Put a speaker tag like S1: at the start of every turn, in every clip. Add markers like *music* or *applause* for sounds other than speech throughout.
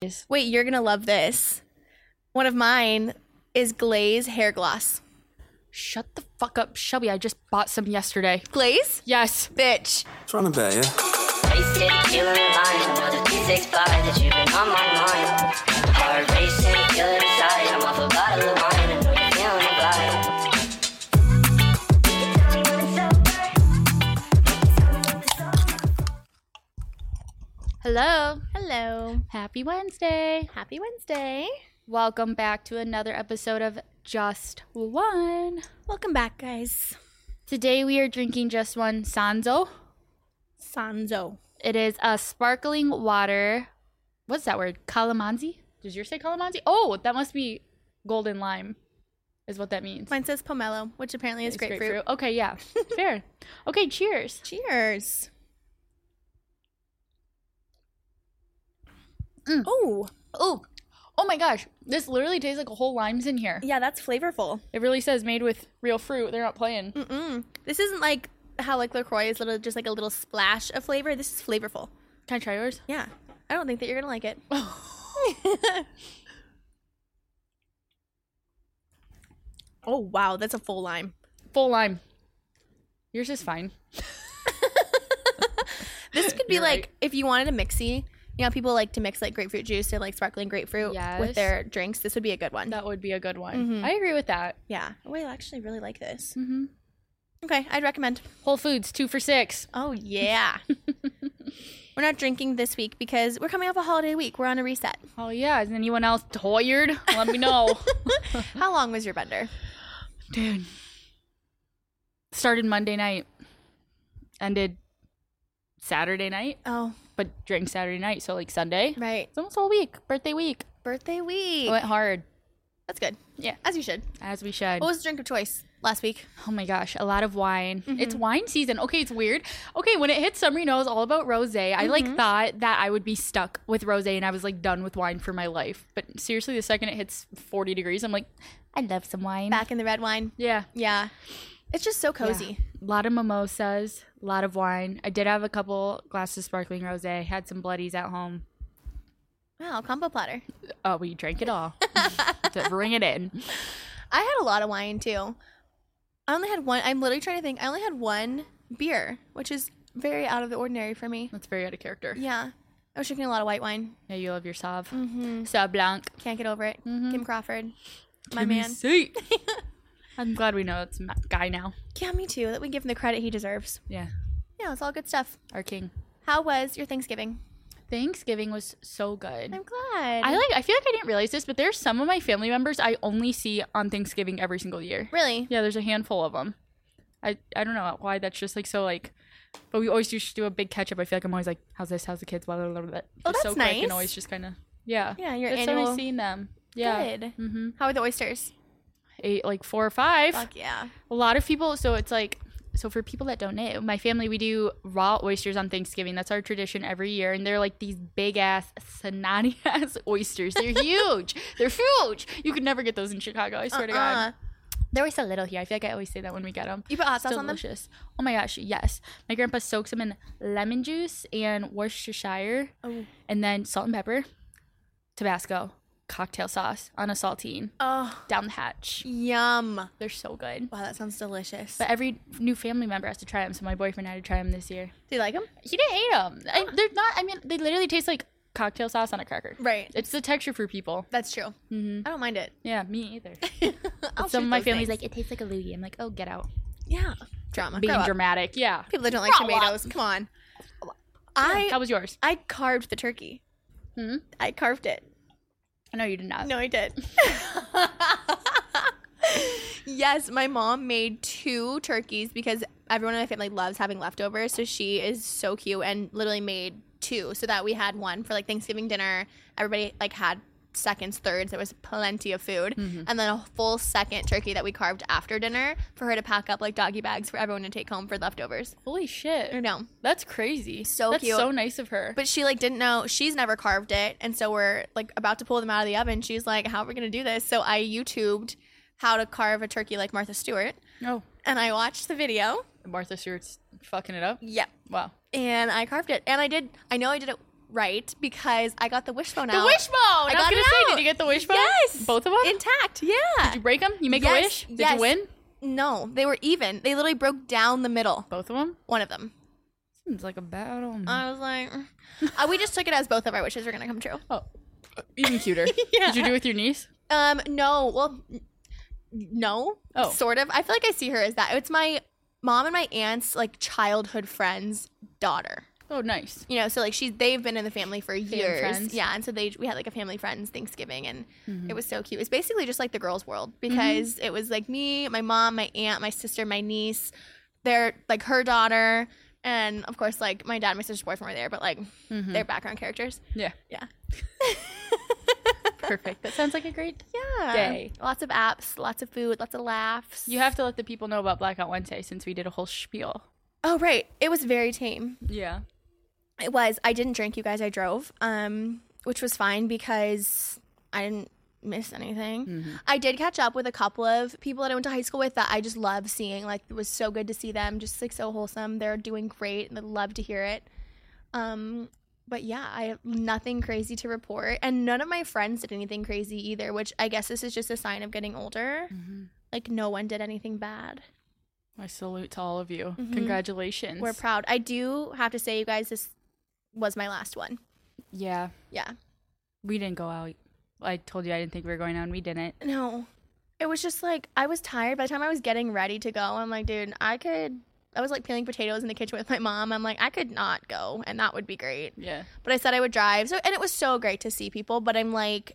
S1: this.
S2: Wait, you're gonna love this. One of mine is Glaze hair gloss.
S1: Shut the fuck up, Shelby. I just bought some yesterday.
S2: Glaze?
S1: Yes.
S2: Bitch.
S3: Trying to bet, yeah?
S4: Wasted killer lines, another T6 by that you've been on my mind. Heart racing, killer inside. I'm off a bottle of wine, I know you're feeling blind.
S1: Hello.
S2: Hello.
S1: Happy Wednesday.
S2: Happy Wednesday.
S1: Welcome back to another episode of Just One.
S2: Welcome back, guys.
S1: Today we are drinking just one Sanzo.
S2: Sanzo.
S1: It is a sparkling water. What's that word? Calamansi? Does yours say calamansi? Oh, that must be golden lime, is what that means.
S2: Mine says pomelo, which apparently is
S1: It's
S2: grapefruit.
S1: Okay, *laughs* yeah. Fair. Okay, cheers.
S2: Cheers.
S1: Mm.
S2: Oh,
S1: Oh, oh my gosh. This literally tastes like a whole lime's in here.
S2: yeah, that's flavorful.
S1: It really says made with real fruit. They're not playing.
S2: Mm-mm. This isn't like how like LaCroix is little, just like a little splash of flavor. This is flavorful.
S1: Can I try yours?
S2: Yeah. I don't think that you're gonna like it. *laughs* oh wow, that's a full lime.
S1: Full lime. Yours is fine.
S2: This could be
S1: You're
S2: like
S1: right.
S2: if you wanted a mixie. You know, people like to mix like grapefruit juice and like sparkling grapefruit with
S1: Yes.
S2: their drinks. This would be a good one.
S1: That would be a good one.
S2: Mhm.
S1: I agree with that.
S2: Yeah. Oh, I actually really like this.
S1: Mm-hmm.
S2: Okay, I'd recommend.
S1: Whole Foods, two for six.
S2: Oh *laughs* yeah. we're not drinking this week because we're coming off a holiday week. We're on a reset.
S1: Oh, yeah. Is anyone else tired? Let me *laughs* know.
S2: How long was your bender?
S1: Dude. Started Monday night, ended Saturday night,
S2: Oh,
S1: but drank Saturday night, so like Sunday.
S2: right.
S1: It's almost all week, birthday week.
S2: Birthday
S1: It
S2: week.
S1: went hard,
S2: That's good.
S1: Yeah.
S2: As you should.
S1: as we should.
S2: What was the drink of choice last week?
S1: Oh my gosh, a lot of wine. It's
S2: Mm-hmm.
S1: wine season. Okay, it's weird. Okay, when it hits summer, you know, it's all about rose. I
S2: Mm-hmm.
S1: like thought that I would be stuck with rose and I was like done with wine for my life. But seriously, the second it hits 40 degrees, I'm like, I love some wine.
S2: Back in the red wine.
S1: yeah.
S2: Yeah. It's just so cozy.
S1: A lot of mimosas, a lot of wine. I did have a couple glasses of sparkling rose, had some bloodies at home.
S2: Wow, combo platter.
S1: Oh, we drank
S2: *laughs*
S1: it all. to bring it in.
S2: I had a lot of wine too. I only had one. I'm literally trying to think. I only had one beer, which is very out of the ordinary for me.
S1: That's very out of character.
S2: Yeah. I was drinking a lot of white wine.
S1: Yeah, you love your Sauv.
S2: Mm-hmm.
S1: Sauv Blanc.
S2: Can't get over it.
S1: Mhm.
S2: Kim Crawford. My
S1: Give me
S2: man. *laughs*
S1: seat. I'm glad we know it's a guy now.
S2: Yeah, me too. That we give him the credit he deserves.
S1: Yeah.
S2: Yeah, it's all good stuff.
S1: our king.
S2: How was your Thanksgiving?
S1: Thanksgiving was so good.
S2: I'm glad.
S1: I like I feel like I didn't realize this, but there's some of my family members I only see on Thanksgiving every single year.
S2: Really?
S1: Yeah, there's a handful of them. I I don't know why that's just like so like but we always just do a big catch up. I feel like I'm always like how's this? How's the kids? Blah blah blah. blah.
S2: Oh,
S1: Just so
S2: that's
S1: quick
S2: nice.
S1: and always just kind of yeah.
S2: Yeah, your
S1: That's
S2: annual.
S1: how I've seen them. Yeah.
S2: Good.
S1: Mhm.
S2: How were the oysters?
S1: Eight like four or five.
S2: Fuck yeah.
S1: A lot of people so it's like so for people that don't know, my family we do raw oysters on Thanksgiving. That's our tradition every year, and they're like these big ass snotty *laughs* ass
S2: *laughs*
S1: oysters. They're huge. they're huge. You could never get those in Chicago. I swear to God.
S2: Uh-uh.
S1: They're always a little here. I feel like I always say that when we get them.
S2: You put hot sauce on them?
S1: Delicious. Oh my gosh, yes. My grandpa soaks them in lemon juice and Worcestershire,
S2: Oh.
S1: and then salt and pepper, Tabasco, cocktail sauce on a saltine
S2: Oh,
S1: down the hatch.
S2: yum. Wow,
S1: They're so good.
S2: that sounds delicious.
S1: But every new family member has to try them, so my boyfriend had to try them this year. Oh.
S2: Do you like them?
S1: He didn't eat them. I, they're not. I mean, they literally taste like cocktail sauce on a cracker.
S2: Right.
S1: It's the texture for people.
S2: That's true.
S1: Mm-hmm.
S2: I don't mind it.
S1: Yeah, me *laughs* either.
S2: I'll
S1: Some
S2: shoot
S1: of my
S2: those
S1: family's
S2: things.
S1: like, it tastes like a loogie. I'm like, oh, get out.
S2: yeah, drama.
S1: Being
S2: Grow up.
S1: dramatic. Yeah.
S2: People that don't like
S1: Grow up.
S2: tomatoes. Come on. I
S1: That was yours.
S2: I carved the turkey.
S1: Hmm?
S2: I carved it.
S1: No, you did not.
S2: No, I did. *laughs* yes, my mom made two turkeys because everyone in my family loves having leftovers. So she is so cute and literally made two so that we had one for like Thanksgiving dinner. Everybody like had seconds, thirds. There was plenty of food. And then a full second turkey that we carved after dinner for her to pack up like doggy bags for everyone to take home for leftovers.
S1: Holy shit.
S2: I know.
S1: That's crazy.
S2: So
S1: That's
S2: cute.
S1: so nice of her.
S2: But she like didn't know she's never carved it, and so we're like about to pull them out of the oven. She's like, "How are we gonna do this?" So I YouTubed how to carve a turkey like Martha Stewart,
S1: no.
S2: and I watched the video.
S1: Martha Stewart's fucking it up.
S2: Yep.
S1: Wow.
S2: And I carved it, and I did. I know I did it right because I got the wishbone
S1: The
S2: out.
S1: wishbone. I,
S2: got
S1: was gonna
S2: it
S1: say,
S2: out.
S1: did you get the wishbone?
S2: Yes.
S1: Both of them.
S2: intact. Yeah.
S1: did you break them? You make a
S2: Yes,
S1: wish. Did
S2: yes.
S1: you win?
S2: No, they were even. They literally broke down the middle.
S1: Both of them.
S2: One of them.
S1: Seems like a battle.
S2: I was
S1: *laughs*
S2: like, mm. uh, we just took it as both of our wishes were gonna come true.
S1: oh,
S2: *laughs*
S1: even cuter. Did you do it with your niece?
S2: Um, no, well, n- no,
S1: Oh.
S2: sort of. I feel like I see her as that. It's my mom and my aunt's like childhood friend's daughter.
S1: Oh, nice.
S2: You know, so like she's they've been in the family for years.
S1: friends. Mm-hmm.
S2: Yeah, and so they we had like a family friends Thanksgiving, and it was so cute. It's basically just like the girls' world because it was like me, my mom, my aunt, my sister, my niece, their like her daughter, and of course like my dad, and my sister's boyfriend were there, but like
S1: Mm-hmm.
S2: their background characters.
S1: Yeah.
S2: Yeah.
S1: *laughs* Perfect. That sounds like a great.
S2: Yeah.
S1: Day.
S2: Lots of apps, lots of food, lots of laughs.
S1: You have to let the people know about Blackout Wednesday since we did a whole spiel.
S2: Oh right. It was very tame.
S1: Yeah.
S2: It was. I didn't drink, you guys. I drove. Um, which was fine because I didn't miss anything.
S1: Mm. Mm-hmm.
S2: I did catch up with a couple of people that I went to high school with that I just love seeing. Like it was so good to see them. Just like so wholesome. They're doing great, and I love to hear it. Um, but yeah, I have nothing crazy to report, and none of my friends did anything crazy either. Which I guess this is just a sign of getting older. Like no one did anything bad.
S1: My salute to all of you. Congratulations.
S2: Mm-hmm. We're proud. I do have to say, you guys, this was my last one.
S1: yeah.
S2: Yeah.
S1: We didn't go out. I told you I didn't think we were going out, and we didn't.
S2: No. It was just like I was tired by the time I was getting ready to go. I'm like, dude, I could I was like peeling potatoes in the kitchen with my mom. I'm like, I could not go and that would be great.
S1: Yeah.
S2: But I said I would drive. So and it was so great to see people, but I'm like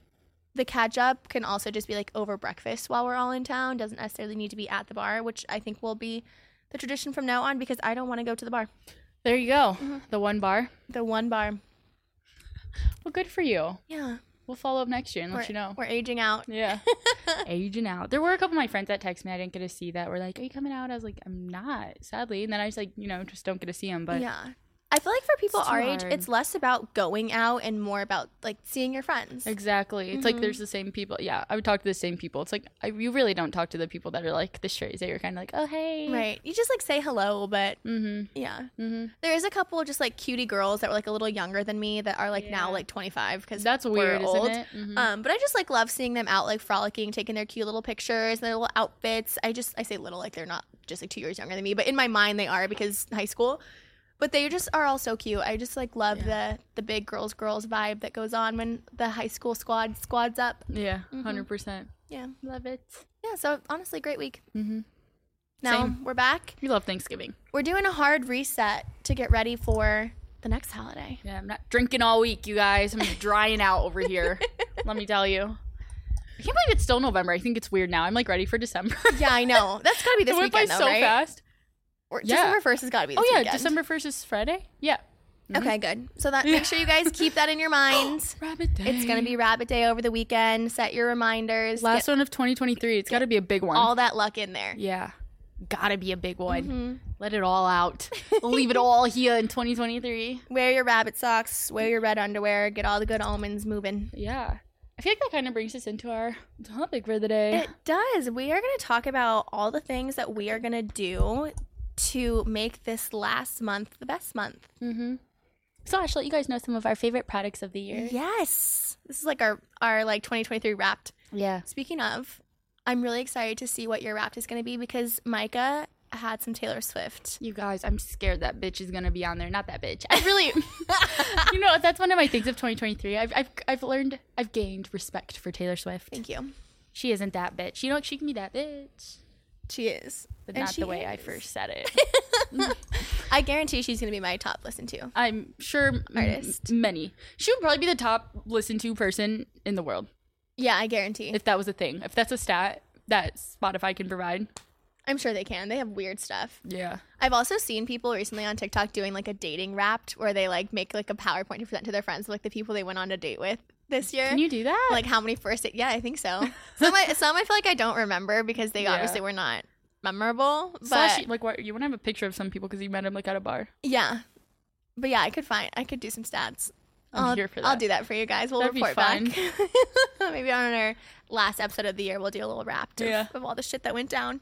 S2: the catch up can also just be like over breakfast while we're all in town. Doesn't necessarily need to be at the bar, which I think will be the tradition from now on because I don't want to go to the bar.
S1: There you go.
S2: Mm-hmm.
S1: The one bar.
S2: The one bar.
S1: Well, good for you.
S2: Yeah.
S1: We'll follow up next year and let
S2: we're,
S1: you know.
S2: We're aging out.
S1: Yeah. *laughs* Aging out. There were a couple of my friends that texted me. I didn't get to see that. Were like, "Are you coming out?" I was like, "I'm not, sadly." And then I was like, you know, just don't get to see them. But
S2: yeah. I feel like for people
S1: It's too
S2: our age,
S1: hard.
S2: it's less about going out and more about like seeing your friends.
S1: exactly, it's like
S2: Mm-hmm.
S1: there's the same people. Yeah, I would talk to the same people. It's like I, you really don't talk to the people that are like the strays. That you're kind of like, "Oh hey."
S2: Right. You just like say hello, but
S1: Mm-hmm.
S2: yeah.
S1: Mm-hmm.
S2: There is a couple of just like cutie girls that were like a little younger than me that are like now
S1: Yeah.
S2: like 25 because
S1: That's weird, isn't it? Mhm.
S2: Um, but I just like love seeing them out like frolicking, taking their cute little pictures and their little outfits. I just I say little like they're not just like two years younger than me, but in my mind they are because high school. But they just are all so cute. I just like love the the big girls girls vibe that goes on when the high school squad squads up.
S1: Yeah,
S2: mm-hmm.
S1: 100 percent.
S2: Yeah,
S1: Love it.
S2: yeah. So honestly, great week.
S1: Mm-hmm.
S2: Now
S1: Same.
S2: we're back.
S1: We love Thanksgiving.
S2: We're doing a hard reset to get ready for the next holiday.
S1: Yeah, I'm not drinking all week, you guys. I'm drying out
S2: *laughs*
S1: over here. Let me tell you. I can't believe it's still November. I think it's weird now. I'm like ready for December.
S2: Yeah, I know. That's gotta be this
S1: *laughs* it went
S2: weekend,
S1: by
S2: though,
S1: so
S2: right?
S1: fast.
S2: Or
S1: Yeah.
S2: December first has gotta be. This
S1: oh yeah,
S2: weekend.
S1: December first is Friday. Yeah,
S2: Okay, good. So that make sure you guys keep that in your minds.
S1: Rabbit Day.
S2: It's gonna be Rabbit Day over the weekend. Set your reminders.
S1: last
S2: Get
S1: one of 2023. It's got to be a big one.
S2: all that luck in there.
S1: yeah, gotta be a big one. Let it all out. *laughs* Leave it all here in 2023.
S2: Wear your rabbit socks. Wear your red underwear. Get all the good almonds moving.
S1: Yeah, I feel like that kind of brings us into our topic for the day.
S2: It does. We are gonna talk about all the things that we are gonna do to make this last month the best month.
S1: so I should let you guys know some of our favorite products of the year.
S2: Yes, this is like our our like 2023 wrapped.
S1: Mm-hmm. Yeah.
S2: Speaking of, I'm really excited to see what your wrapped is going to be because Micah had some Taylor Swift.
S1: You guys, I'm scared that bitch is gonna be on there. Not that bitch. I *laughs* really, you know, that's one of my things of 2023. I've, I've, I've learned, I've gained respect for Taylor Swift.
S2: Thank you.
S1: She isn't that bitch. You know, she can be that bitch,
S2: She is,
S1: but
S2: And
S1: not
S2: she
S1: the way I
S2: is.
S1: first said it.
S2: I guarantee she's going to be my top listen to.
S1: *laughs* I'm sure m-
S2: Artist.
S1: many. She would probably be the top listened to person in the world
S2: Yeah, I guarantee.
S1: if that was a thing. If that's a stat that Spotify can provide.
S2: I'm sure they can. They have weird stuff.
S1: Yeah.
S2: I've also seen people recently on TikTok doing like a dating wrapped where they like make like a PowerPoint to present to their friends, like the people they went on a date with this year.
S1: Can you do that?
S2: like how many first? Yeah, I think
S1: *laughs*
S2: so. Some I, some I feel like I don't remember because they
S1: Yeah.
S2: obviously were not memorable. But
S1: Slash, like, what, you want to have a picture of some people because you met them like at a bar.
S2: Yeah. But yeah, I could find I could do some stats.
S1: I'm
S2: will
S1: here for
S2: I'll
S1: that.
S2: do that for you guys. We'll
S1: That'd be
S2: report back. *laughs* Maybe on our last episode of the year we'll do a little wrap of,
S1: Yeah.
S2: of all the shit that went down.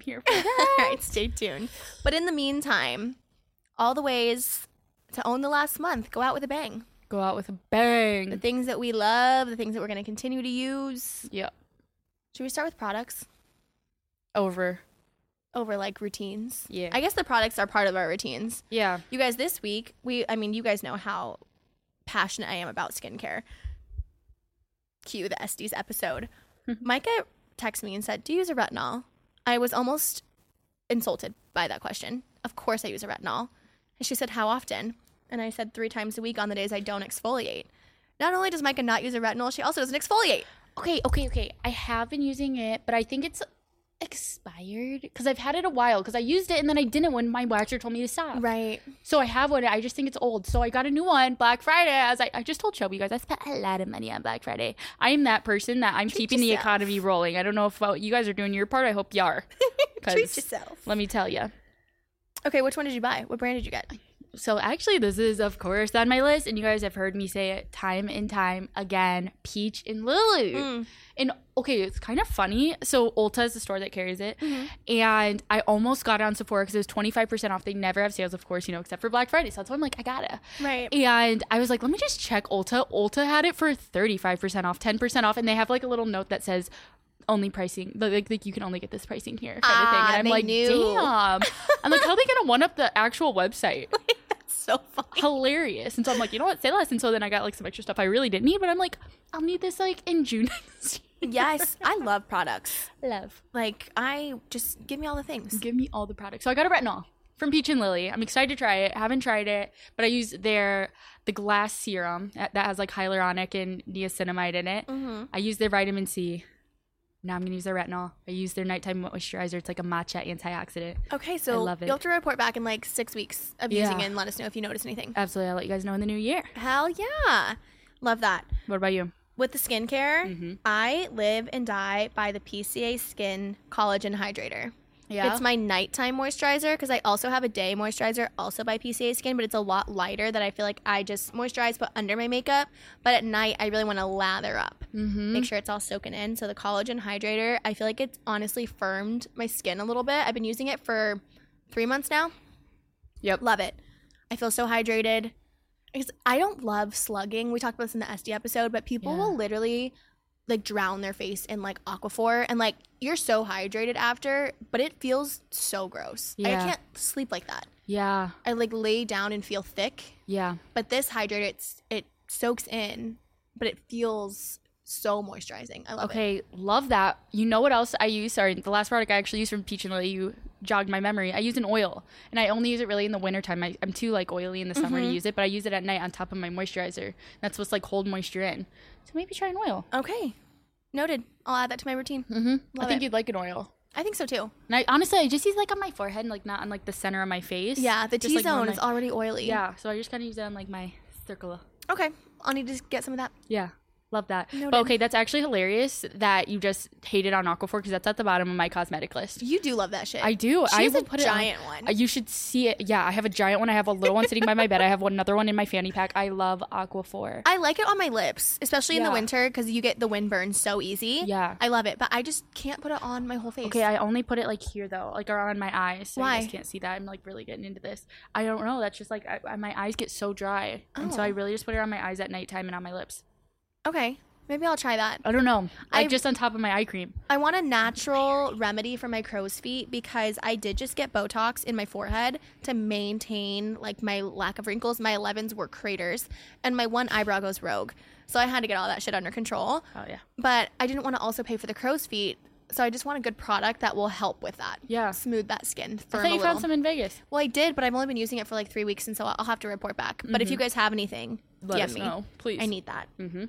S2: *laughs*
S1: *laughs* here for that.
S2: all right, stay tuned. But in the meantime, all the ways to own the last month. Go out with a bang.
S1: Go out with a
S2: The
S1: bang.
S2: things that we love, the things that we're going to continue to use.
S1: Yeah.
S2: Should we start with products
S1: Over.
S2: over like routines?
S1: Yeah.
S2: I guess the products are part of our routines.
S1: Yeah.
S2: You guys, this week, we, I mean, you guys know how passionate I am about skincare. Cue the Estes *laughs* episode. Micah texted me and said, Do you use a retinol? I was almost insulted by that question. Of course I use a retinol. And she said, How often? And I said, Three times a week on the days I don't exfoliate. Not only does Micah not use a retinol, she also doesn't exfoliate.
S1: Okay, okay, okay. I have been using it, but I think it's expired because I've had it a while because I used it and then I didn't when my watcher told me to stop.
S2: Right.
S1: So I have one. I just think it's old. So I got a new one Black Friday. As I, I just told Shelby, you guys, I spent a lot of money on Black Friday. I am that person that I'm keeping the
S2: yourself.
S1: economy rolling. I don't know if uh, you guys are doing your part. I hope you are.
S2: *laughs*
S1: 'Cause
S2: Treat yourself.
S1: Let me tell you.
S2: Okay, which one did you buy? What brand did you *laughs* get?
S1: So actually, this is of course on my list, and you guys have heard me say it time and time again. Peach and Lily,
S2: Mm.
S1: and okay, it's kind of funny. So Ulta is the store that carries it,
S2: Mm-hmm.
S1: and I almost got it on Sephora because it was twenty five percent off. They never have sales, of course, you know, except for Black Friday. So that's why I'm like, I gotta.
S2: Right.
S1: And I was like, let me just check Ulta. Ulta had it for thirty five percent off, ten percent off, and they have like a little note that says. Only pricing, like, like, like you can only get this pricing here, kind of
S2: Ah,
S1: thing. And I'm
S2: they
S1: like,
S2: knew.
S1: damn. I'm like, how are they gonna one up the actual
S2: *laughs*
S1: website?
S2: So funny.
S1: hilarious. And so I'm like, you know what, say less. And so then I got like some extra stuff I really didn't need, but I'm like, I'll need this like in June. *laughs* next year.
S2: yes, I love products.
S1: Love.
S2: Like, I just give me all the things.
S1: Give me all the products. So I got a retinol from Peach and Lily. I'm excited to try it. Haven't tried it, but I use their the glass serum that that has like hyaluronic and niacinamide in it.
S2: Mm-hmm.
S1: I use their vitamin C. Now I'm gonna use their retinol. I use their nighttime moisturizer. It's like a matcha antioxidant.
S2: Okay, so
S1: love it.
S2: you'll have to report back in like six weeks of using
S1: Yeah. Uh,
S2: it and let us know if you notice anything.
S1: Absolutely, I'll let you guys know in the new year.
S2: Hell yeah. Love that.
S1: What about you?
S2: With the skincare,
S1: Mhm.
S2: I live and die by the PCA Skin Collagen Hydrator.
S1: Yeah,
S2: It's my nighttime moisturizer because I also have a day moisturizer also by PCA Skin, but it's a lot lighter that I feel like I just moisturize but under my makeup. But at night, I really want to lather up,
S1: mm-hmm.
S2: make sure it's all soaking in. So the collagen hydrator, I feel like it's honestly firmed my skin a little bit. I've been using it for three months now.
S1: Yep.
S2: Love it. I feel so hydrated. Because I don't love slugging. We talked about this in the SD episode, but people
S1: Yeah.
S2: will literally like drown their face in like aquaphor and like you're so hydrated after, but it feels so gross. Like,
S1: Yeah.
S2: I can't sleep like that.
S1: Yeah,
S2: I like lay down and feel thick,
S1: yeah.
S2: but this hydrator it's it soaks in, but it feels so moisturizing. I love it.
S1: Okay, love that. You know what else I use? Sorry, the last product I actually used from Peach and Lily, you jogged my memory. I use an oil, and I only use it really in the wintertime. I, I'm too like oily in the summer
S2: Mm-hmm.
S1: to use it, but I use it at night on top of my moisturizer. That's what's like hold moisture in. So maybe try an oil.
S2: Okay. Noted. I'll add that to my routine.
S1: Mm-hmm. I
S2: Love
S1: think
S2: it.
S1: you'd like an oil.
S2: I think so too.
S1: And I honestly, I just use like on my forehead, and, like not on like the center of my face.
S2: Yeah, the
S1: Just,
S2: T
S1: like, more
S2: zone
S1: my-
S2: is already oily.
S1: Yeah, so I just kind of use it on like my circle.
S2: Okay. I'll need to get some of that.
S1: Yeah. Love that.
S2: Noted.
S1: But okay, that's actually hilarious that you just hated on Aquaphor because that's at the bottom of my cosmetic list.
S2: You do love that shit.
S1: I do.
S2: She
S1: I
S2: has
S1: will
S2: a
S1: put
S2: giant
S1: it
S2: one.
S1: Uh, You should see it. Yeah, I have a giant one. I have a little one sitting by my bed. I have one- another one in my fanny pack. I love Aquaphor.
S2: I like it on my lips, especially in the
S1: Yeah.
S2: winter because you get the windburn so easy.
S1: Yeah.
S2: I love it, but I just can't put it on my whole face.
S1: *laughs* Okay, I only put it like here though, like around my eyes. So
S2: Why?
S1: You guys can't see that. I'm like really getting into this. I don't know. That's just like I, I- my eyes get so dry, and so
S2: Oh.
S1: I really just put it on my eyes at nighttime and on my lips.
S2: okay. Maybe I'll try that.
S1: I don't know. Like
S2: I-
S1: just on top of my eye cream.
S2: I want a natural remedy for my crow's feet because I did just get Botox in my forehead to maintain like my lack of wrinkles. My 11s were craters, and my one eyebrow goes rogue, so I had to get all that shit under control.
S1: Oh yeah.
S2: But I didn't want to also pay for the crow's feet, so I just want a good product that will help with that.
S1: Yeah.
S2: smooth that skin.
S1: I
S2: firm
S1: thought
S2: a
S1: you
S2: little.
S1: found some in Vegas.
S2: Well, I did, but I've only been using it for like three weeks, and so I'll I'll have to report back. But if you guys have anything,
S1: Mm-hmm. Let
S2: DM
S1: us
S2: me.
S1: know, please.
S2: I need that.
S1: Mm-hmm.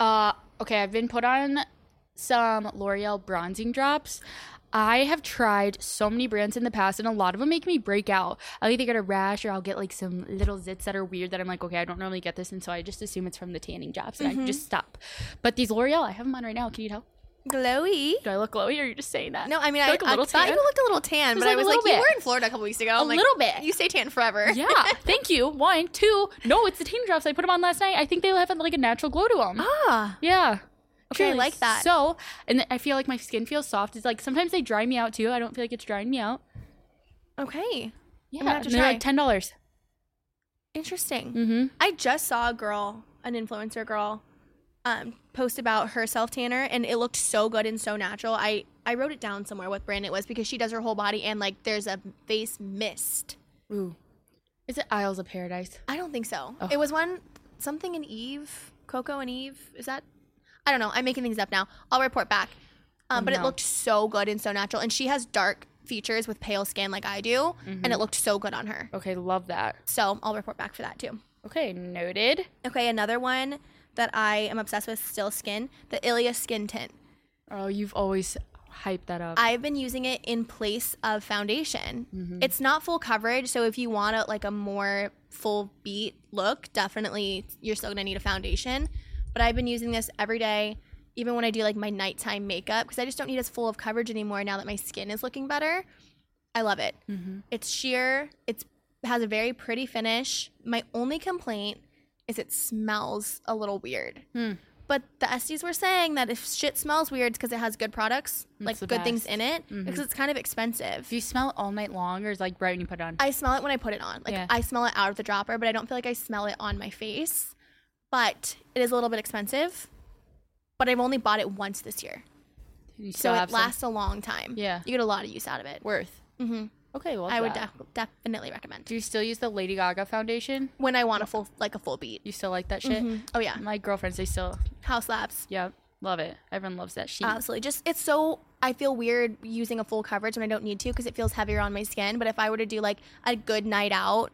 S1: Uh, okay, I've been put on some L'Oreal bronzing drops. I have tried so many brands in the past, and a lot of them make me break out. I either get a rash or I'll get like some little zits that are weird that I'm like, okay, I don't normally get this, and so I just assume it's from the tanning jobs, and
S2: Mm-hmm.
S1: I just stop. But these L'Oreal, I have them on right now. Can you tell?
S2: Glowy.
S1: Do I look glowy, or are you just saying that?
S2: No, I mean,
S1: Do
S2: I,
S1: look a
S2: I
S1: little
S2: thought you
S1: tan?
S2: looked a little tan, but
S1: like
S2: I
S1: a
S2: was like,
S1: little
S2: you
S1: bit.
S2: were in Florida a couple weeks ago. I'm like,
S1: little bit.
S2: You stay tan forever.
S1: yeah, thank you. One, two. No, it's the tanning drops. I put them on last night. I think they have like a natural glow to them.
S2: Ah.
S1: Yeah.
S2: Okay, I like that.
S1: So, and I feel like my skin feels soft. It's like sometimes they dry me out too. I don't feel like it's drying me out.
S2: Okay.
S1: Yeah,
S2: gonna have to
S1: and they're
S2: try.
S1: like ten dollars.
S2: Interesting.
S1: Mm-hmm.
S2: I just saw a girl, an influencer girl, um, post about her self tanner, and it looked so good and so natural. I I wrote it down somewhere what brand it was because she does her whole body and like there's a face mist.
S1: Ooh, is it Isles of Paradise?
S2: I don't think so.
S1: Oh.
S2: It was one something in Eve, Coco and Eve. Is that? I don't know. I'm making things up now. I'll report back. Um, but it
S1: No.
S2: looked so good and so natural, and she has dark features with pale skin like I do, and
S1: Mm-hmm.
S2: it looked so good on her.
S1: Okay, love that.
S2: So I'll report back for that too.
S1: Okay, noted.
S2: Okay, another one that I am obsessed with still skin, the Ilia skin tint.
S1: Oh, you've always hyped that up.
S2: I've been using it in place of foundation. It's not full coverage, so if you want a, like a more full beat look, definitely you're still gonna need a foundation. But I've been using this every day, even when I do like my nighttime makeup, because I just don't need as full of coverage anymore now that my skin is looking better. I love it. It's sheer. It's it has a very pretty finish. My only complaint is it smells a little weird.
S1: Hmm.
S2: But the Estes were saying that if shit smells weird, it's because it has good products, like
S1: the
S2: good things
S1: best.
S2: in it, because it's kind of expensive.
S1: Do you smell it all night long, or is like right when you put it on?
S2: I smell it when I put it on. Like
S1: Yeah.
S2: I smell it out of the dropper, but I don't feel like I smell it on my face. But it is a little bit expensive. But I've only bought it once this year,
S1: You
S2: so
S1: still have
S2: it
S1: some
S2: lasts a long time.
S1: Yeah.
S2: you get a lot of use out of it.
S1: worth.
S2: hmm
S1: Mm-hmm. Okay, well,
S2: I would def- definitely recommend
S1: Do you still use the Lady Gaga foundation?
S2: when I want a full like a full beat.
S1: You still like that shit?
S2: Mhm. Oh yeah,
S1: My girlfriends, they still,
S2: house labs.
S1: yeah, love it. Everyone loves that sheet.
S2: Absolutely. Just it's so I feel weird using a full coverage when I don't need to because it feels heavier on my skin. But if I were to do like a good night out,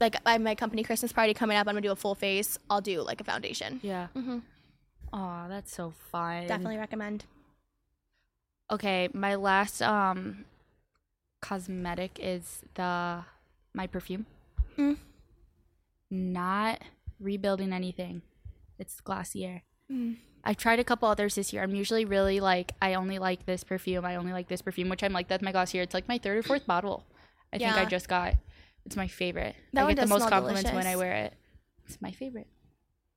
S2: like I my company Christmas party coming up, I'm gonna do a full face. I'll do like a foundation.
S1: yeah.
S2: Mhm.
S1: Aw, that's so fun.
S2: Definitely recommend.
S1: Okay, my last um cosmetic is the my perfume.
S2: Mm.
S1: Not rebuilding anything. It's Glossier.
S2: Mm.
S1: I've tried a couple others this year. I'm usually really like I only like this perfume. I only like this perfume, which I'm like that's my Glossier. It's like my third or fourth bottle. I think I
S2: Yeah.
S1: just got. It's my favorite.
S2: That
S1: I
S2: one
S1: get the
S2: does
S1: most
S2: smell
S1: compliments when
S2: delicious.
S1: I wear it. It's my favorite.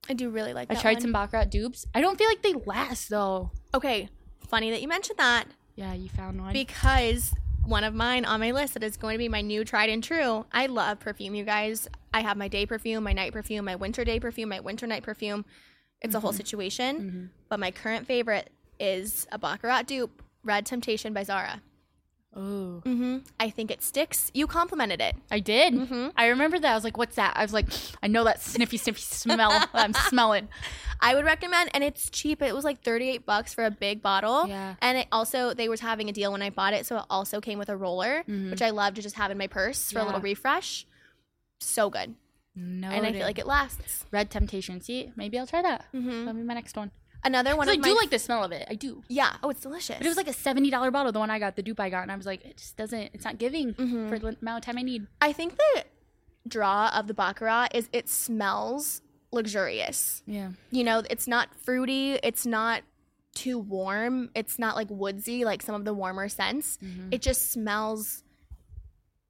S2: I do really like.
S1: I
S2: That
S1: tried
S2: one.
S1: some Baccarat dupes. I don't feel like they last though.
S2: Okay, funny that you mentioned that
S1: Yeah, you found one.
S2: because one of mine on my list that is going to be my new tried and true. I love perfume, you guys. I have my day perfume, my night perfume, my winter day perfume, my winter night perfume. It's a whole situation. But my current favorite is a Baccarat dupe, Red Temptation by Zara.
S1: oh.
S2: Mm-hmm. I think it sticks. You complimented it.
S1: I did. I remember that. I was like, "What's that?" I was like, "I know that sniffy, sniffy smell. *laughs* that I'm smelling."
S2: I would recommend, and it's cheap. It was like thirty-eight bucks for a big bottle.
S1: Yeah.
S2: And it also they was having a deal when I bought it, so it also came with a roller, which I love to just have in my purse for a little
S1: Yeah.
S2: refresh. So good,
S1: No,
S2: and I feel like it lasts. Mm-hmm.
S1: red temptation. See, maybe I'll try that. That'll be my next Mm-hmm. one.
S2: Another one
S1: 'Cause I
S2: of my
S1: do like the smell of it. I do.
S2: yeah. Oh, it's delicious.
S1: But it was like a seventy dollar bottle, the one I got, the dupe I got, and I was like, it just doesn't. It's not giving for the amount of time I need.
S2: I think the draw of the baccarat is it smells luxurious.
S1: Yeah.
S2: You know, it's not fruity. It's not too warm. It's not like woodsy like some of the warmer scents. It just smells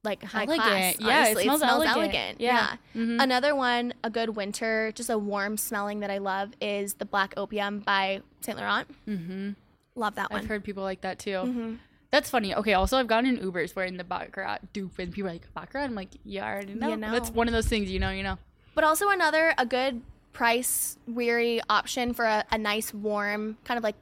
S2: like high
S1: Mm-hmm. Elegant.
S2: class.
S1: Yeah, it
S2: honestly.
S1: smells elegant.
S2: Yeah.
S1: Yeah. Mm-hmm.
S2: Another one, a good winter, just a warm smelling that I love is the Black Opium by Saint Laurent.
S1: Mm-hmm.
S2: Love that one. Mm-hmm.
S1: I've heard people like that too. That's funny. Okay, also I've gotten in Ubers wearing the Baccarat dupe, and people are like Baccarat. I'm like, yeah, I already know.
S2: You know.
S1: That's one of those things, you know, you know.
S2: But also another a good price weary option for a, a nice warm kind of like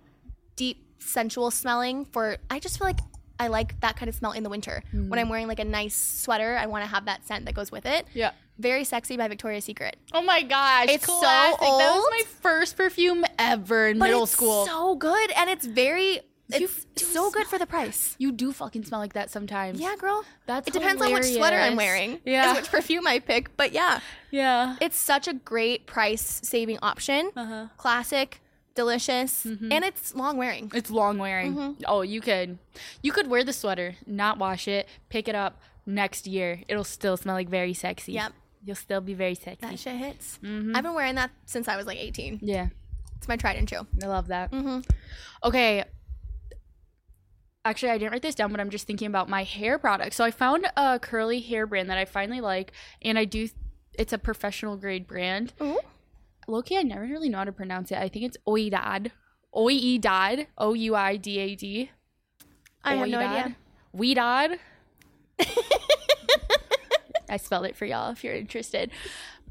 S2: deep sensual smelling for I just feel like I like that kind of smell in the winter. When
S1: Mm.
S2: I'm wearing like a nice sweater, I want to have that scent that goes with it.
S1: Yeah.
S2: Very sexy by Victoria's Secret.
S1: Oh my gosh!
S2: It's so
S1: classic. That was
S2: old.
S1: my first perfume ever in
S2: But
S1: middle
S2: it's
S1: school.
S2: So good and it's very it's
S1: do
S2: so good
S1: smell
S2: for the price.
S1: you do fucking smell like that sometimes.
S2: Yeah, girl.
S1: that's
S2: It depends on which sweater I'm
S1: hilarious.
S2: wearing.
S1: Yeah,
S2: And which perfume I pick, but yeah.
S1: *laughs* yeah.
S2: it's such a great price saving option.
S1: Uh-huh. Mm-hmm.
S2: Classic, delicious, and it's long wearing.
S1: It's long wearing.
S2: Mm-hmm.
S1: Oh, you could, you could wear the sweater, not wash it, pick it up next year. It'll still smell like very sexy.
S2: Yep.
S1: you'll still be very sexy.
S2: That shit hits.
S1: Mm-hmm.
S2: I've been wearing that since I was like 18.
S1: yeah,
S2: It's my tried and true.
S1: I love that.
S2: Mhm.
S1: Mm-hmm. Okay. Actually, I didn't write this down, but I'm just thinking about my hair product. So I found a curly hair brand that I finally like, and I do. It's a professional grade brand.
S2: Ooh.
S1: Loki, I never really know how to pronounce it. I think it's Oidad. Oidad. O U I D A D. *laughs*
S2: I have no idea.
S1: Weedad. I spelled it for y'all if you're interested.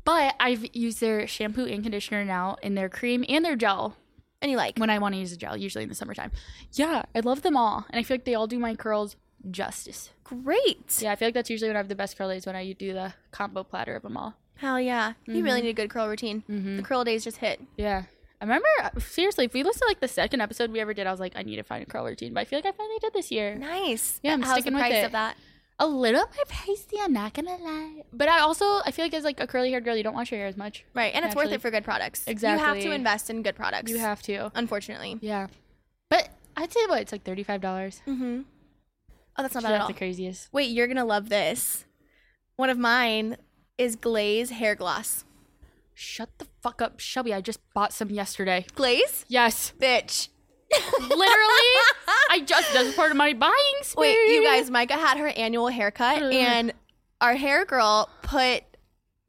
S1: But I've used their shampoo and conditioner now in their cream and their gel
S2: And you like?
S1: when I want to use a gel, usually in the summertime. Yeah, I love them all. And I feel like they all do my curls justice.
S2: Great.
S1: Yeah, I feel like that's usually when I have the best curl days when I do the combo platter of them all.
S2: Hell yeah. You
S1: Mm-hmm.
S2: really need a good curl routine. The curl days just hit.
S1: Yeah. I remember, uh, seriously, if we listen to like the second episode we ever did, I was like, I need to find a curl routine. But I feel like I finally did this year.
S2: Nice.
S1: Yeah, I'm
S2: How's
S1: sticking
S2: the
S1: with
S2: price
S1: it.
S2: of that?
S1: A little bit pricey, I'm not gonna lie. But I also, I feel like as like a curly haired girl, you don't wash your hair as much.
S2: Right, and it's worth
S1: Naturally.
S2: it for good products. You have
S1: Exactly.
S2: to invest in good products.
S1: You have to.
S2: Unfortunately.
S1: Yeah. But I'd say what, it's like $35. That's
S2: Mm-hmm. Oh, that's not bad at
S1: not
S2: all.
S1: the craziest.
S2: Wait, you're gonna love this. One of mine is Glaze hair gloss.
S1: Shut the fuck up, Shelby. I just bought some yesterday.
S2: Glaze,
S1: Yes.
S2: bitch.
S1: Literally, I just that's part of my buying spree.
S2: Wait, you guys, Micah had her annual haircut,
S1: Ugh.
S2: and our hair girl put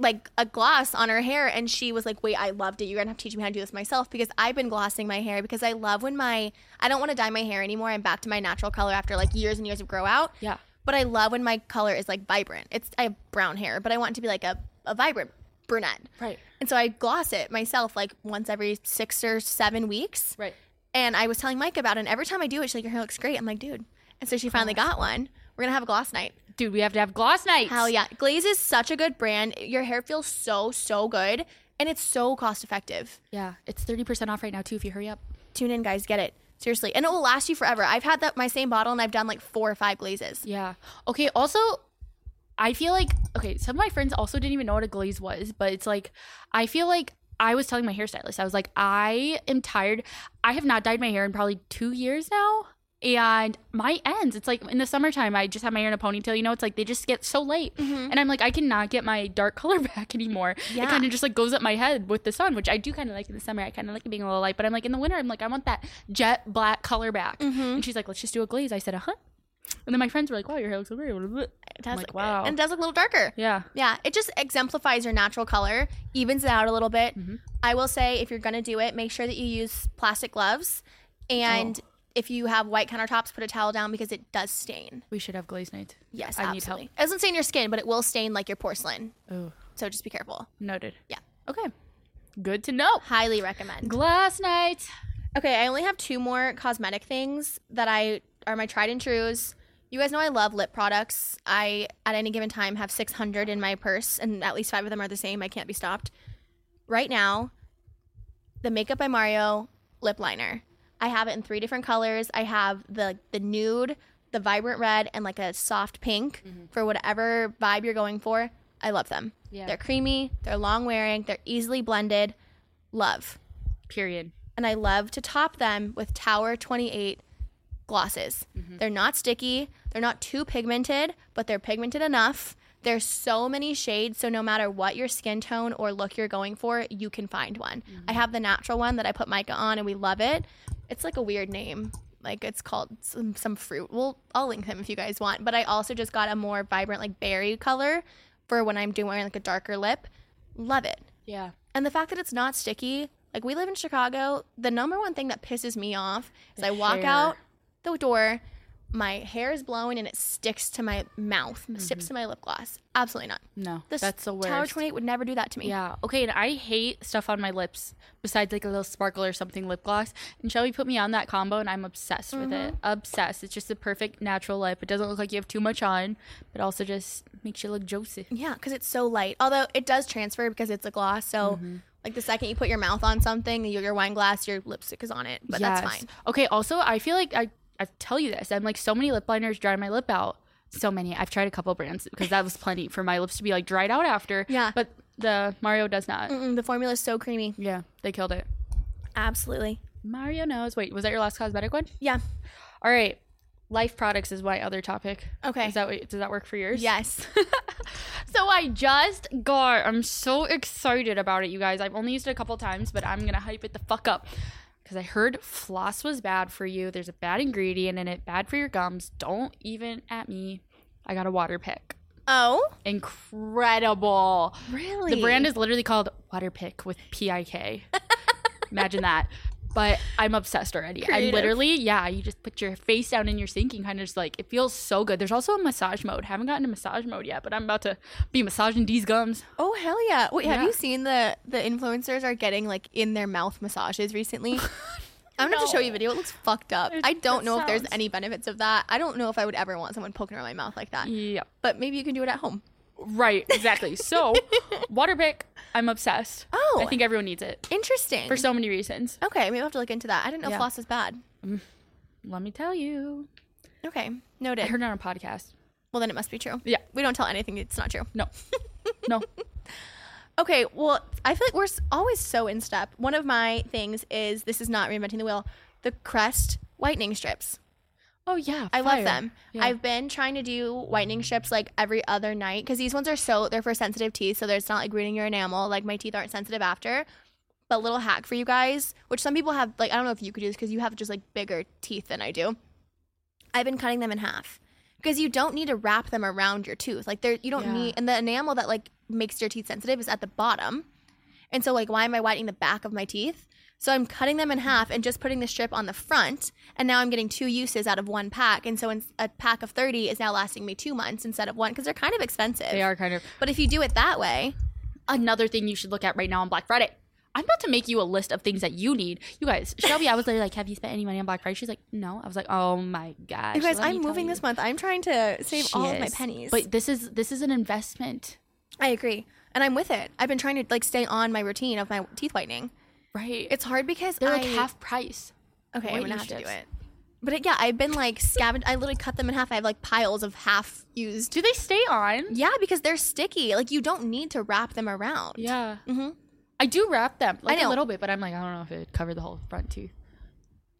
S2: like a gloss on her hair, and she was like, "Wait, I loved it. You're gonna have to teach me how to do this myself because I've been glossing my hair because I love when my I don't want to dye my hair anymore. I'm back to my natural color after like years and years of grow out.
S1: Yeah.
S2: but I love when my color is like vibrant. It's I have brown hair, but I want it to be like a, a vibrant brunette.
S1: Right.
S2: And so I gloss it myself like once every six or seven weeks.
S1: Right.
S2: And I was telling Mike about it. And every time I do it, she's like, Your hair looks great. I'm like, Dude. And so she finally got one. We're going to have a gloss night.
S1: Dude, we have to have gloss nights.
S2: Hell yeah. Glaze is such a good brand. Your hair feels so, so good. And it's so cost effective.
S1: Yeah. It's 30% off right now too if you hurry up.
S2: Tune in, guys. Get it. Seriously. And it will last you forever. I've had that my same bottle and I've done like four or five glazes.
S1: Yeah. Okay, also I feel like okay, some of my friends also didn't even know what a glaze was, but it's like I feel like I was telling my hairstylist, I was like, I am tired. I have not dyed my hair in probably two years now. And my ends, it's like in the summertime, I just have my hair in a ponytail. You know, it's like they just get so light. And I'm like, I cannot get my dark *laughs* color back anymore. It
S2: Yeah.
S1: kind of just like goes up my head with the sun, which I do kind of like in the summer. I kind of like it being a little light, but I'm like in the winter, I'm like, I want that jet black color back. And she's like, let's just do a glaze. I said, uh huh. Mm-hmm. And then my friends were like, "Wow, your hair looks so great."
S2: It does
S1: Like,
S2: look
S1: wow.
S2: wow. And it does look a little darker.
S1: Yeah,
S2: Yeah, it just exemplifies your natural color, evens it out a little bit.
S1: Mm-hmm.
S2: I will say, if you're gonna do it, make sure that you use plastic gloves, and
S1: Oh.
S2: if you have white countertops, put a towel down because it does stain.
S1: we should have glaze nights.
S2: Yes,
S1: I need
S2: absolutely. It doesn't stain your skin, but it will stain like your porcelain.
S1: Oh,
S2: So just be careful.
S1: noted.
S2: Yeah.
S1: Okay, good to know.
S2: Highly recommend.
S1: Glass nights.
S2: Okay, I only have two more cosmetic things that I are my tried and trues. You guys know I love lip products. I at any given time have 600 in my purse and at least 5 of them are the same. I can't be stopped. Right now, the Makeup by Mario lip liner. I have it in three different colors. I have the the nude, the vibrant red and like a soft pink for whatever vibe you're going for. I love them.
S1: Yeah.
S2: They're creamy, they're long wearing, they're easily blended. Love
S1: Period.
S2: and I love to top them with Tower 28 glosses. They're not sticky, they're not too pigmented, but they're pigmented enough. There's so many shades, so no matter what your skin tone or look you're going for, you can find one. I have the natural one that I put Micah on, and we love it. It's like a weird name. Like it's called some, some fruit. Well, I'll link them if you guys want. But I also just got a more vibrant, like berry color for when I'm doing like a darker lip. Love it.
S1: Yeah.
S2: And the fact that it's not sticky, like we live in Chicago, the number one thing that pisses me off is I walk
S1: hair.
S2: out the door, my hair is blowing and it sticks to my mouth, sticks to my lip gloss. Absolutely not.
S1: No,
S2: This
S1: Mm-hmm. that's the worst.
S2: Tower 28 would never do that to me.
S1: Yeah. Okay, and I hate stuff on my lips besides like a little sparkle or something lip gloss. And Shelby put me on that combo and I'm obsessed with it. Obsessed. It's just the perfect natural lip. It doesn't look like you have too much on, but also just makes you look Joseph.
S2: Yeah, because it's so light. Although it does transfer because it's a gloss. So,
S1: Mm-hmm.
S2: like the second you put your mouth on something, your, your wine glass, your lipstick is on it. But that's
S1: Yes.
S2: fine.
S1: Okay. Also, I feel like I I tell you this. I'm like so many lip liners dry my lip out. So many. I've tried a couple brands because that was plenty for my lips to be like dried out after.
S2: Yeah.
S1: But the Mario does not.
S2: Mm-mm, Mm, the formula is so creamy.
S1: Yeah, they killed it.
S2: Absolutely.
S1: Mario knows. Wait, was that your last cosmetic one?
S2: Yeah.
S1: All right. Life products is my other topic.
S2: Okay.
S1: Is that what, does that work for yours? *laughs*
S2: yes.
S1: So I just got. I'm so excited about it, you guys. I've only used it a couple times, but I'm gonna hype it the fuck up because I heard floss was bad for you. There's a bad ingredient in it, bad for your gums. Don't even at me. I got a water pick.
S2: oh,
S1: Incredible.
S2: really? *laughs*
S1: The brand is literally called Water Pick with P I K. Imagine that. but I'm obsessed already.
S2: Creative.
S1: I literally, yeah, you just put your face down in your sink and kind of just like it feels so good. There's also a massage mode. Haven't gotten to massage mode yet, but I'm about to be massaging these gums.
S2: Oh hell yeah! Wait, have
S1: Yeah.
S2: you seen the the influencers are getting like in their mouth massages
S1: *laughs*
S2: recently? I'm gonna have to show you a video. It looks fucked up.
S1: It-
S2: I don't
S1: that
S2: know if there's
S1: sounds-
S2: any benefits of that. I don't know if I would ever want someone poking around my mouth like that.
S1: Yeah,
S2: But maybe you can do it at home.
S1: right, exactly.
S2: *laughs*
S1: So, water pick, I'm obsessed.
S2: Oh.
S1: I think everyone needs it
S2: Interesting.
S1: for so many reasons.
S2: okay, maybe I'll have to look into that. I didn't know
S1: Yeah.
S2: floss was bad.
S1: Let me tell you,
S2: Okay,
S1: I
S2: noted.
S1: heard it on a podcast.
S2: Well, then it must be true.
S1: Yeah,
S2: We don't tell anything that's not true. *laughs*
S1: no, no.
S2: Okay, well, I feel like we're s- always so in step. One of my things is this is not reinventing the wheel. The Crest whitening strips.
S1: Oh yeah,
S2: I
S1: fire.
S2: love them.
S1: Yeah.
S2: I've been trying to do whitening strips like every other night because these ones are so they're for sensitive teeth, so there's not like ruining your enamel. Like my teeth aren't sensitive after. But little hack for you guys, which some people have like I don't know if you could do this because you have just like bigger teeth than I do. I've been cutting them in half because you don't need to wrap them around your tooth. Like there, you don't
S1: Yeah.
S2: need, and the enamel that like makes your teeth sensitive is at the bottom. And so, like, why am I whitening the back of my teeth? So I'm cutting them in half and just putting the strip on the front. And now I'm getting two uses out of one pack. And so in, a pack of 30 is now lasting me two months instead of one because they're kind of expensive.
S1: They are kind of
S2: But if you do it that way,
S1: another thing you should look at right now on Black Friday. I'm about to make you a list of things that you need. You guys, Shelby, I was literally like, Have you spent any money on Black Friday? She's like, No. I was like, Oh my gosh.
S2: you guys,
S1: let me
S2: I'm
S1: tell
S2: moving
S1: you."
S2: this month. I'm trying to save
S1: She
S2: all of my
S1: is.
S2: pennies.
S1: But this is this is an investment.
S2: I agree. And I'm with it. I've been trying to like stay on my routine of my teeth whitening.
S1: Right. It's
S2: It's hard because
S1: they're like
S2: I-
S1: half price.
S2: Okay, I'm
S1: Whitening
S2: gonna have to do
S1: strips.
S2: it. But it, yeah, I've been like scavenged. I literally cut them in half. I have like piles of half used.
S1: Do they stay on?
S2: Yeah, because they're sticky. Like you don't need to wrap them around.
S1: Yeah. Mm-hmm. I do wrap them like
S2: know.
S1: a little bit, but I'm like, I don't know if it covered the whole front tooth.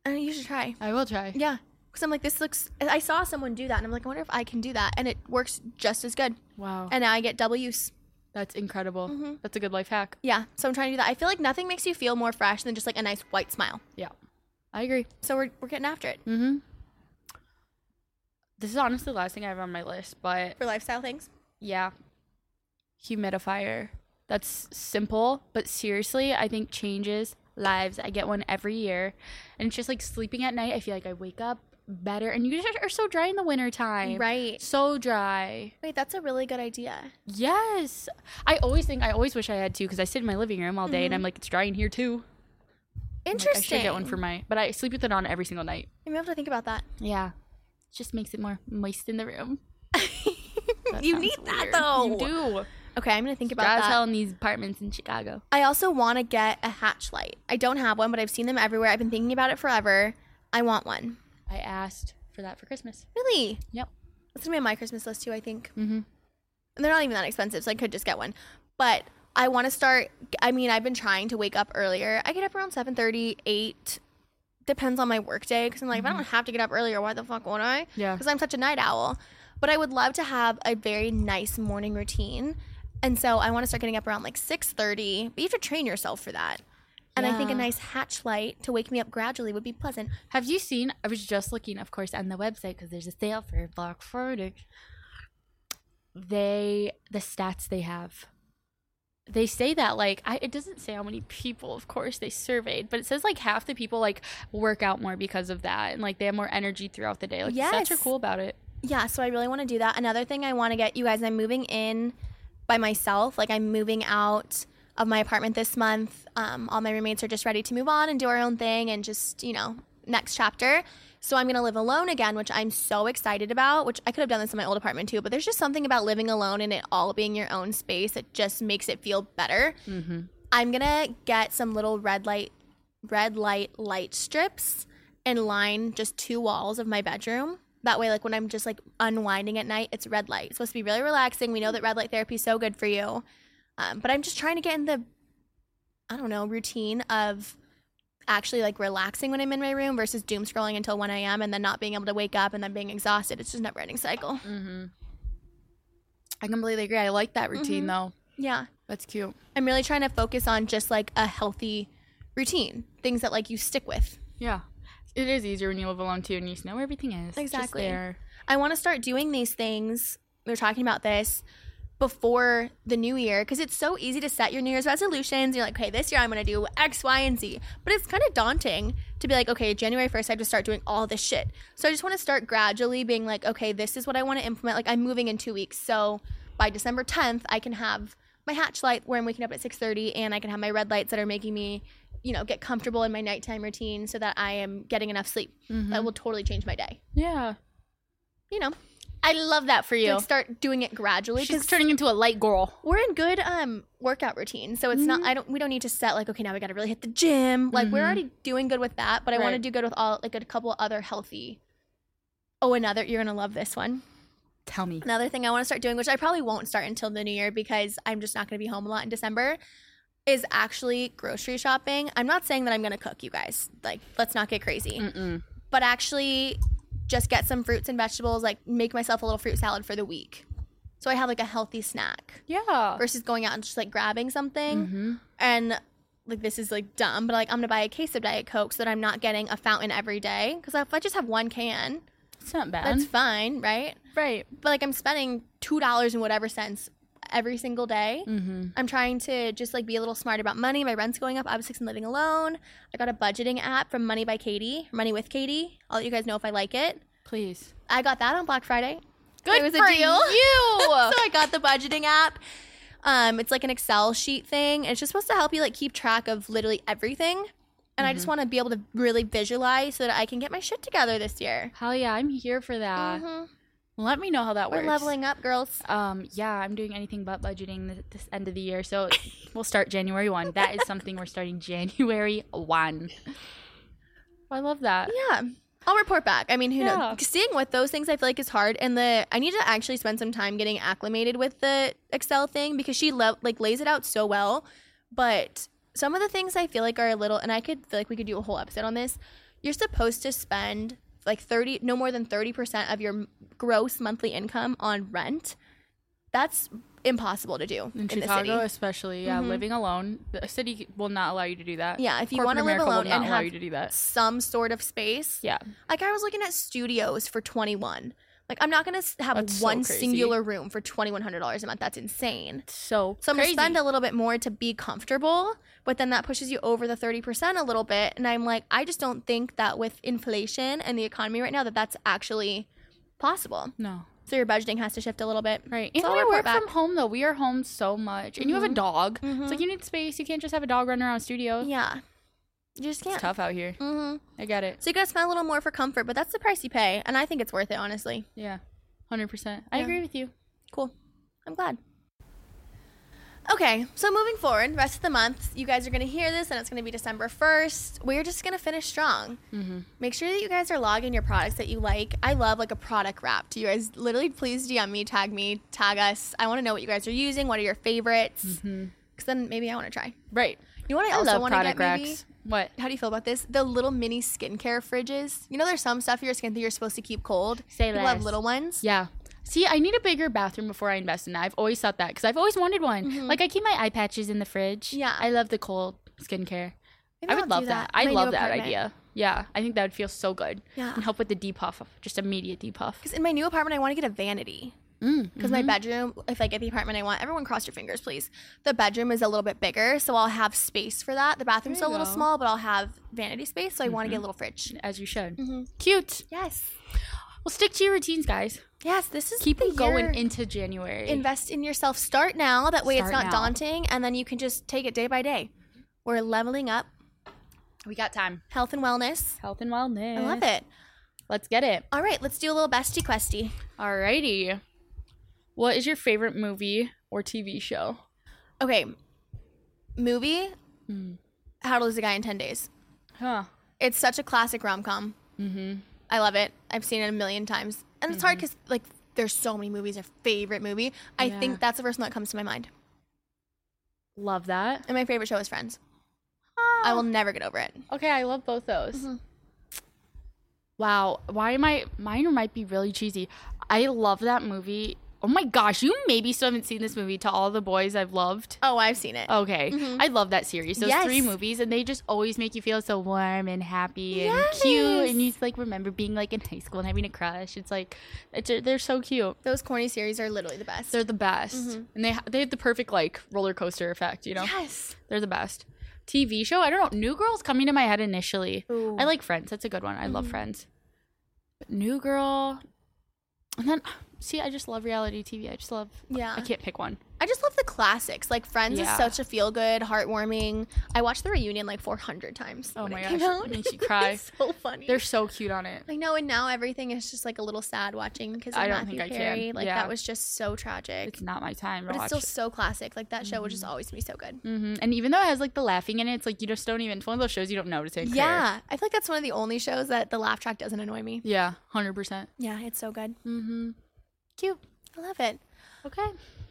S2: And Uh, you should try.
S1: I will try.
S2: Yeah. Because I'm like, this looks. I saw someone do that, and I'm like, I wonder if I can do that. And it works just as good.
S1: Wow.
S2: And Mm-hmm. now I get double use.
S1: That's incredible. That's a good life hack.
S2: Yeah. So I'm trying to do that. I feel like nothing makes you feel more fresh than just like a nice white smile.
S1: Yeah. I agree.
S2: So we're, we're getting after it
S1: Mm. This is honestly the last thing I have on my list, but
S2: for lifestyle things.
S1: Yeah. Humidifier. That's simple, but seriously, I think changes lives. I get one every year. And it's just like sleeping at night, I feel like I wake up better. And you just are so dry in the wintertime.
S2: Right.
S1: So dry.
S2: Wait, that's a really good idea.
S1: Yes. I always think, I always wish I had two because I sit in my living room all day and I'm like, it's dry in here too. I'm like, I
S2: Interesting.
S1: should get one for my, but I sleep with it on every single night.
S2: You may have to think about that.
S1: Yeah. Just makes it more moist in the room. *laughs* That
S2: you
S1: sounds
S2: need that
S1: weird.
S2: though.
S1: You do.
S2: Okay, I'm gonna think about
S1: Dry as
S2: that.
S1: hell in these apartments in Chicago.
S2: I also want to get a hatch light. I don't have one, but I've seen them everywhere. I've been thinking about it forever. I want one.
S1: I asked for that for Christmas.
S2: Really?
S1: Yep.
S2: That's gonna be on my Christmas list too, I think. Mm-hmm. And they're not even that expensive, so I could just get one. But I want to start. I mean, I've been trying to wake up earlier. I get up around 7:30, 8. Depends on my work day, because I'm like, if I don't have to get up earlier, why the fuck won't I?
S1: Mm-hmm. Yeah.
S2: Because I'm such a night owl. But I would love to have a very nice morning routine, and so I want to start getting up around like 6:30. But you have to train yourself for that. And I think a
S1: Yeah.
S2: nice hatch light to wake me up gradually would be pleasant.
S1: Have you seen? I was just looking, of course, on the website because there's a sale for Black Friday. They the stats they have. They say that like I, it doesn't say how many people, of course, they surveyed, but it says like half the people like work out more because of that, and like they have more energy throughout the day. Like the stats are
S2: Yes.
S1: cool about it.
S2: Yeah, so I really want to do that. Another thing I want to get you guys, I'm moving in by myself. Like I'm moving out of my apartment this month. Um, all my roommates are just ready to move on and do our own thing and just, you know, next chapter. So I'm gonna live alone again, which I'm so excited about. Which I could have done this in my old apartment too, but there's just something about living alone and it all being your own space that just makes it feel better. I'm gonna get some little red light, red light light strips and line just two walls of my bedroom. That way, like when I'm just like unwinding at night, it's red light. It's supposed to be really relaxing. We know that red light therapy is so good for you, um, but I'm just trying to get in the, I don't know, routine of actually like relaxing when I'm in my room versus doom scrolling until 1 a.m. and then not being able to wake up and then being exhausted. It's just a never ending cycle.
S1: Mm-hmm. I completely agree. I like that routine though.
S2: Yeah.
S1: That's cute.
S2: I'm really trying to focus on just like a healthy routine, things that like you stick with.
S1: Yeah, it is easier when you live alone too, and you just know where everything is. Just
S2: Exactly.
S1: there.
S2: I want to start doing these things. We were talking about this before the new year because it's so easy to set your new year's resolutions you're like okay this year i'm going to do x y and z but it's kind of daunting to be like okay january 1st i have to start doing all this shit so i just want to start gradually being like okay this is what i want to implement like i'm moving in two weeks so by december 10th i can have my hatch light where i'm waking up at 6.30 and i can have my red lights that are making me you know get comfortable in my nighttime routine so that i am getting enough sleep that will totally change my day
S1: Mm-hmm. Yeah.
S2: you know
S1: I love that for you.
S2: like start doing it gradually
S1: She's
S2: because
S1: turning into a light girl.
S2: we're in good um workout routine so it's
S1: Mm-hmm.
S2: not i don't we don't need to set like okay now we gotta really hit the gym like we're already doing good with that but i want to
S1: Right.
S2: do good with all like a couple other healthy oh another you're gonna love this one
S1: Tell me.
S2: another thing i want to start doing which i probably won't start until the new year because i'm just not gonna be home a lot in december is actually grocery shopping i'm not saying that i'm gonna cook you guys like let's not get crazy
S1: Mm-mm.
S2: but actually just get some fruits and vegetables like make myself a little fruit salad for the week so i have like a healthy snack
S1: Yeah.
S2: versus going out and just like grabbing something
S1: Mm-hmm.
S2: and like this is like dumb but like i'm gonna buy a case of diet coke so that i'm not getting a fountain every day because if i just have one can
S1: It's not bad.
S2: that's fine right
S1: right.
S2: but like i'm spending two dollars and whatever cents every single day
S1: Mm-hmm.
S2: i'm trying to just like be a little smart about money my rent's going up obviously 'cause i'm living alone i got a budgeting app from money by katie money with katie i'll let you guys know if i like it
S1: Please.
S2: i got that on black friday
S1: Good
S2: it was
S1: for
S2: a deal *laughs*
S1: you.
S2: so I got the budgeting app. Um, it's like an Excel sheet thing. It's just supposed to help you like keep track of literally everything. And I
S1: Mm-hmm.
S2: just want to be able to really visualize so that I can get my shit together this year.
S1: Hell yeah, I'm here for that.
S2: Mhm.
S1: Let me know how that
S2: We're
S1: Uh, works.
S2: leveling up, girls.
S1: Um, yeah, I'm doing anything but budgeting th- this end of the
S2: *laughs*
S1: year, so we'll start January one. That is something we're starting January one. Oh, I love that.
S2: Yeah. I'll report back. I mean, who
S1: Yeah.
S2: knows? Seeing what those things I feel like is hard, and the I need to actually spend some time getting acclimated with the Excel thing because she lo- like lays it out so well, but some of the things I feel like are a little, and I could feel like we could do a whole episode on this. You're supposed to spend like thirty, no more than thirty percent of your m- gross monthly income on rent. That's impossible to do in,
S1: In,
S2: the
S1: Chicago,
S2: city. Mm-hmm.
S1: especially, yeah, living alone, the city will not allow you to do that.
S2: Yeah, if you
S1: Corporate
S2: wanna live
S1: America will
S2: alone
S1: not
S2: and
S1: allow
S2: have-
S1: you to do that.
S2: Some sort of space.
S1: Yeah,
S2: Like I was looking at studios for 21. Like I'm not going to have
S1: That's so
S2: one
S1: crazy.
S2: singular room for $2100 a month. That's insane.
S1: so
S2: So I'm going to
S1: crazy.
S2: spend a little bit more to be comfortable, but then that pushes you over the 30% a little bit and I'm like I just don't think that with inflation and the economy right now that that's actually possible.
S1: no.
S2: So your budgeting has to shift a little bit.
S1: Right.
S2: So
S1: And
S2: I'll
S1: we
S2: report
S1: work
S2: back. Mm-hmm.
S1: from home though. We are home so much. And you have a dog. It's like you need space. You can't just have a dog running around studio.
S2: Yeah. You just
S1: It's
S2: can't.
S1: tough out here.
S2: hmm
S1: I get it.
S2: So you got to spend a little more for comfort, but that's the price you pay and I think it's worth it honestly.
S1: Yeah. 100%. I
S2: Yeah.
S1: agree with you.
S2: Cool. I'm glad. Okay, so moving forward, rest of the month, you guys are going to hear this and it's going to be December 1st. We're just going to finish strong.
S1: Mm-hmm.
S2: Make sure that you guys are logging your products that you like. I love like a product wrap. Do you guys literally please DM me, tag me, tag us? I want to know what you guys are using. What are your favorites? Because
S1: Mm-hmm.
S2: then maybe I want to try.
S1: Right.
S2: You know what I,
S1: I
S2: also
S1: love
S2: want to get
S1: product racks.
S2: maybe?
S1: What?
S2: How do you feel about this? The little mini skincare fridges. You know, there's some stuff in your skin that you're supposed to keep cold.
S1: Say
S2: People have
S1: less.
S2: little ones.
S1: Yeah. See, I need a bigger bathroom before I invest in that. I've always thought that because I've always wanted one. Like I keep my eye patches in the fridge.
S2: Mm-hmm. Yeah.
S1: I love the cold skincare.
S2: Maybe
S1: I would
S2: I'll do
S1: love that.
S2: in
S1: I
S2: my
S1: love
S2: new
S1: that
S2: apartment.
S1: idea. Yeah. I think that would feel so good.
S2: Yeah.
S1: And help with the depuff, just immediate depuff.
S2: Because in my new apartment, I want to get a vanity.
S1: Mm.
S2: Because my bedroom, if I get the apartment I want, everyone cross your fingers, please. The bedroom is a little bit bigger, so I'll have space for that. The bathroom's
S1: There
S2: a
S1: you
S2: little
S1: go. Mm-hmm.
S2: small, but I'll have vanity space, so I want to get a little fridge.
S1: As you should.
S2: Mhm.
S1: Cute.
S2: Yes.
S1: Well, stick to your routines, guys.
S2: Yes, this is
S1: Keep
S2: the
S1: them going
S2: year.
S1: into January.
S2: Invest in yourself. Start now. That way it's
S1: Start
S2: not
S1: now.
S2: daunting, and then you can just take it day by day. We're leveling up
S1: we got time.
S2: health and wellness.
S1: Health and wellness.
S2: I love it.
S1: Let's get it.
S2: All right, let's do a little bestie questy.
S1: Alrighty. What is your favorite movie or TV show?
S2: Okay. Movie
S1: Mm.
S2: How to Lose a Guy in 10 Days.
S1: Huh.
S2: It's such a classic rom com.
S1: Mm-hmm.
S2: I love it. I've seen it a million times, and it's hard because like there's so many movies. Your favorite movie, I
S1: Yeah.
S2: think that's the first one that comes to my mind.
S1: Love that.
S2: And my favorite show is Friends. I will never get over it.
S1: Okay, I love both those.
S2: Mm-hmm.
S1: Wow, why am I? Mine might be really cheesy. I love that movie Oh my gosh, you maybe still haven't seen this movie to all the boys I've loved.
S2: Oh, I've seen it.
S1: Okay. I love that series. Those
S2: Mm-hmm. Yes.
S1: three movies and they just always make you feel so warm and happy and
S2: Yes.
S1: cute and you just, like remember being like in *laughs* high school and having a crush. It's like it's, they're so cute.
S2: Those corny series are literally the best.
S1: They're the best. And they ha- they have the perfect like roller coaster effect, you know?
S2: Mm-hmm. yes.
S1: They're the best. TV show, I don't know. New Girl's coming to my head initially.
S2: Ooh. Mm-hmm.
S1: I like Friends. That's a good one. I love Friends. But New Girl. And then see, I just love reality TV. I just love
S2: Yeah.
S1: I can't pick one.
S2: I just love the classics. Like Friends
S1: Yeah.
S2: is such a feel good, heartwarming. I watched the reunion like 400 times.
S1: Oh
S2: when
S1: my
S2: it
S1: gosh,
S2: came
S1: it
S2: out. *laughs*
S1: makes you cry.
S2: It's so funny.
S1: They're so cute on it.
S2: I know, and now everything is just like a little sad watching because of
S1: I don't
S2: Matthew
S1: think I can.
S2: Perry. Like
S1: Yeah.
S2: that was just so tragic,
S1: It's not my time. to
S2: but it's
S1: watch
S2: still so
S1: it. Mm-hmm.
S2: classic. Like that show would just always be so good.
S1: hmm And even though it has like the laughing in it, it's like you just don't even. It's one of those shows you don't notice it.
S2: Yeah, I feel like that's one of the only shows that the laugh track doesn't annoy me.
S1: Yeah. Hundred percent.
S2: Yeah, it's so good.
S1: Mm-hmm. Cute.
S2: I love it.
S1: Okay.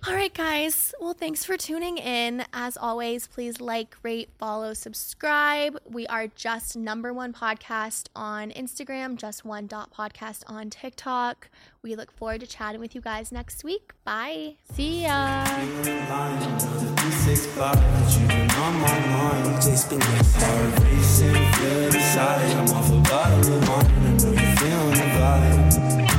S2: All right, guys. Well, thanks for tuning in. As always, please like, rate, follow, subscribe. We are just number one podcast on Instagram, just one dot podcast on TikTok. We look forward to chatting with you guys next week. Bye.
S1: See ya.
S3: Line, another D6 block that you've been on my mind. Just been like heart racing, feel inside. I'm off a bottle of wine. I know you're feeling the vibe.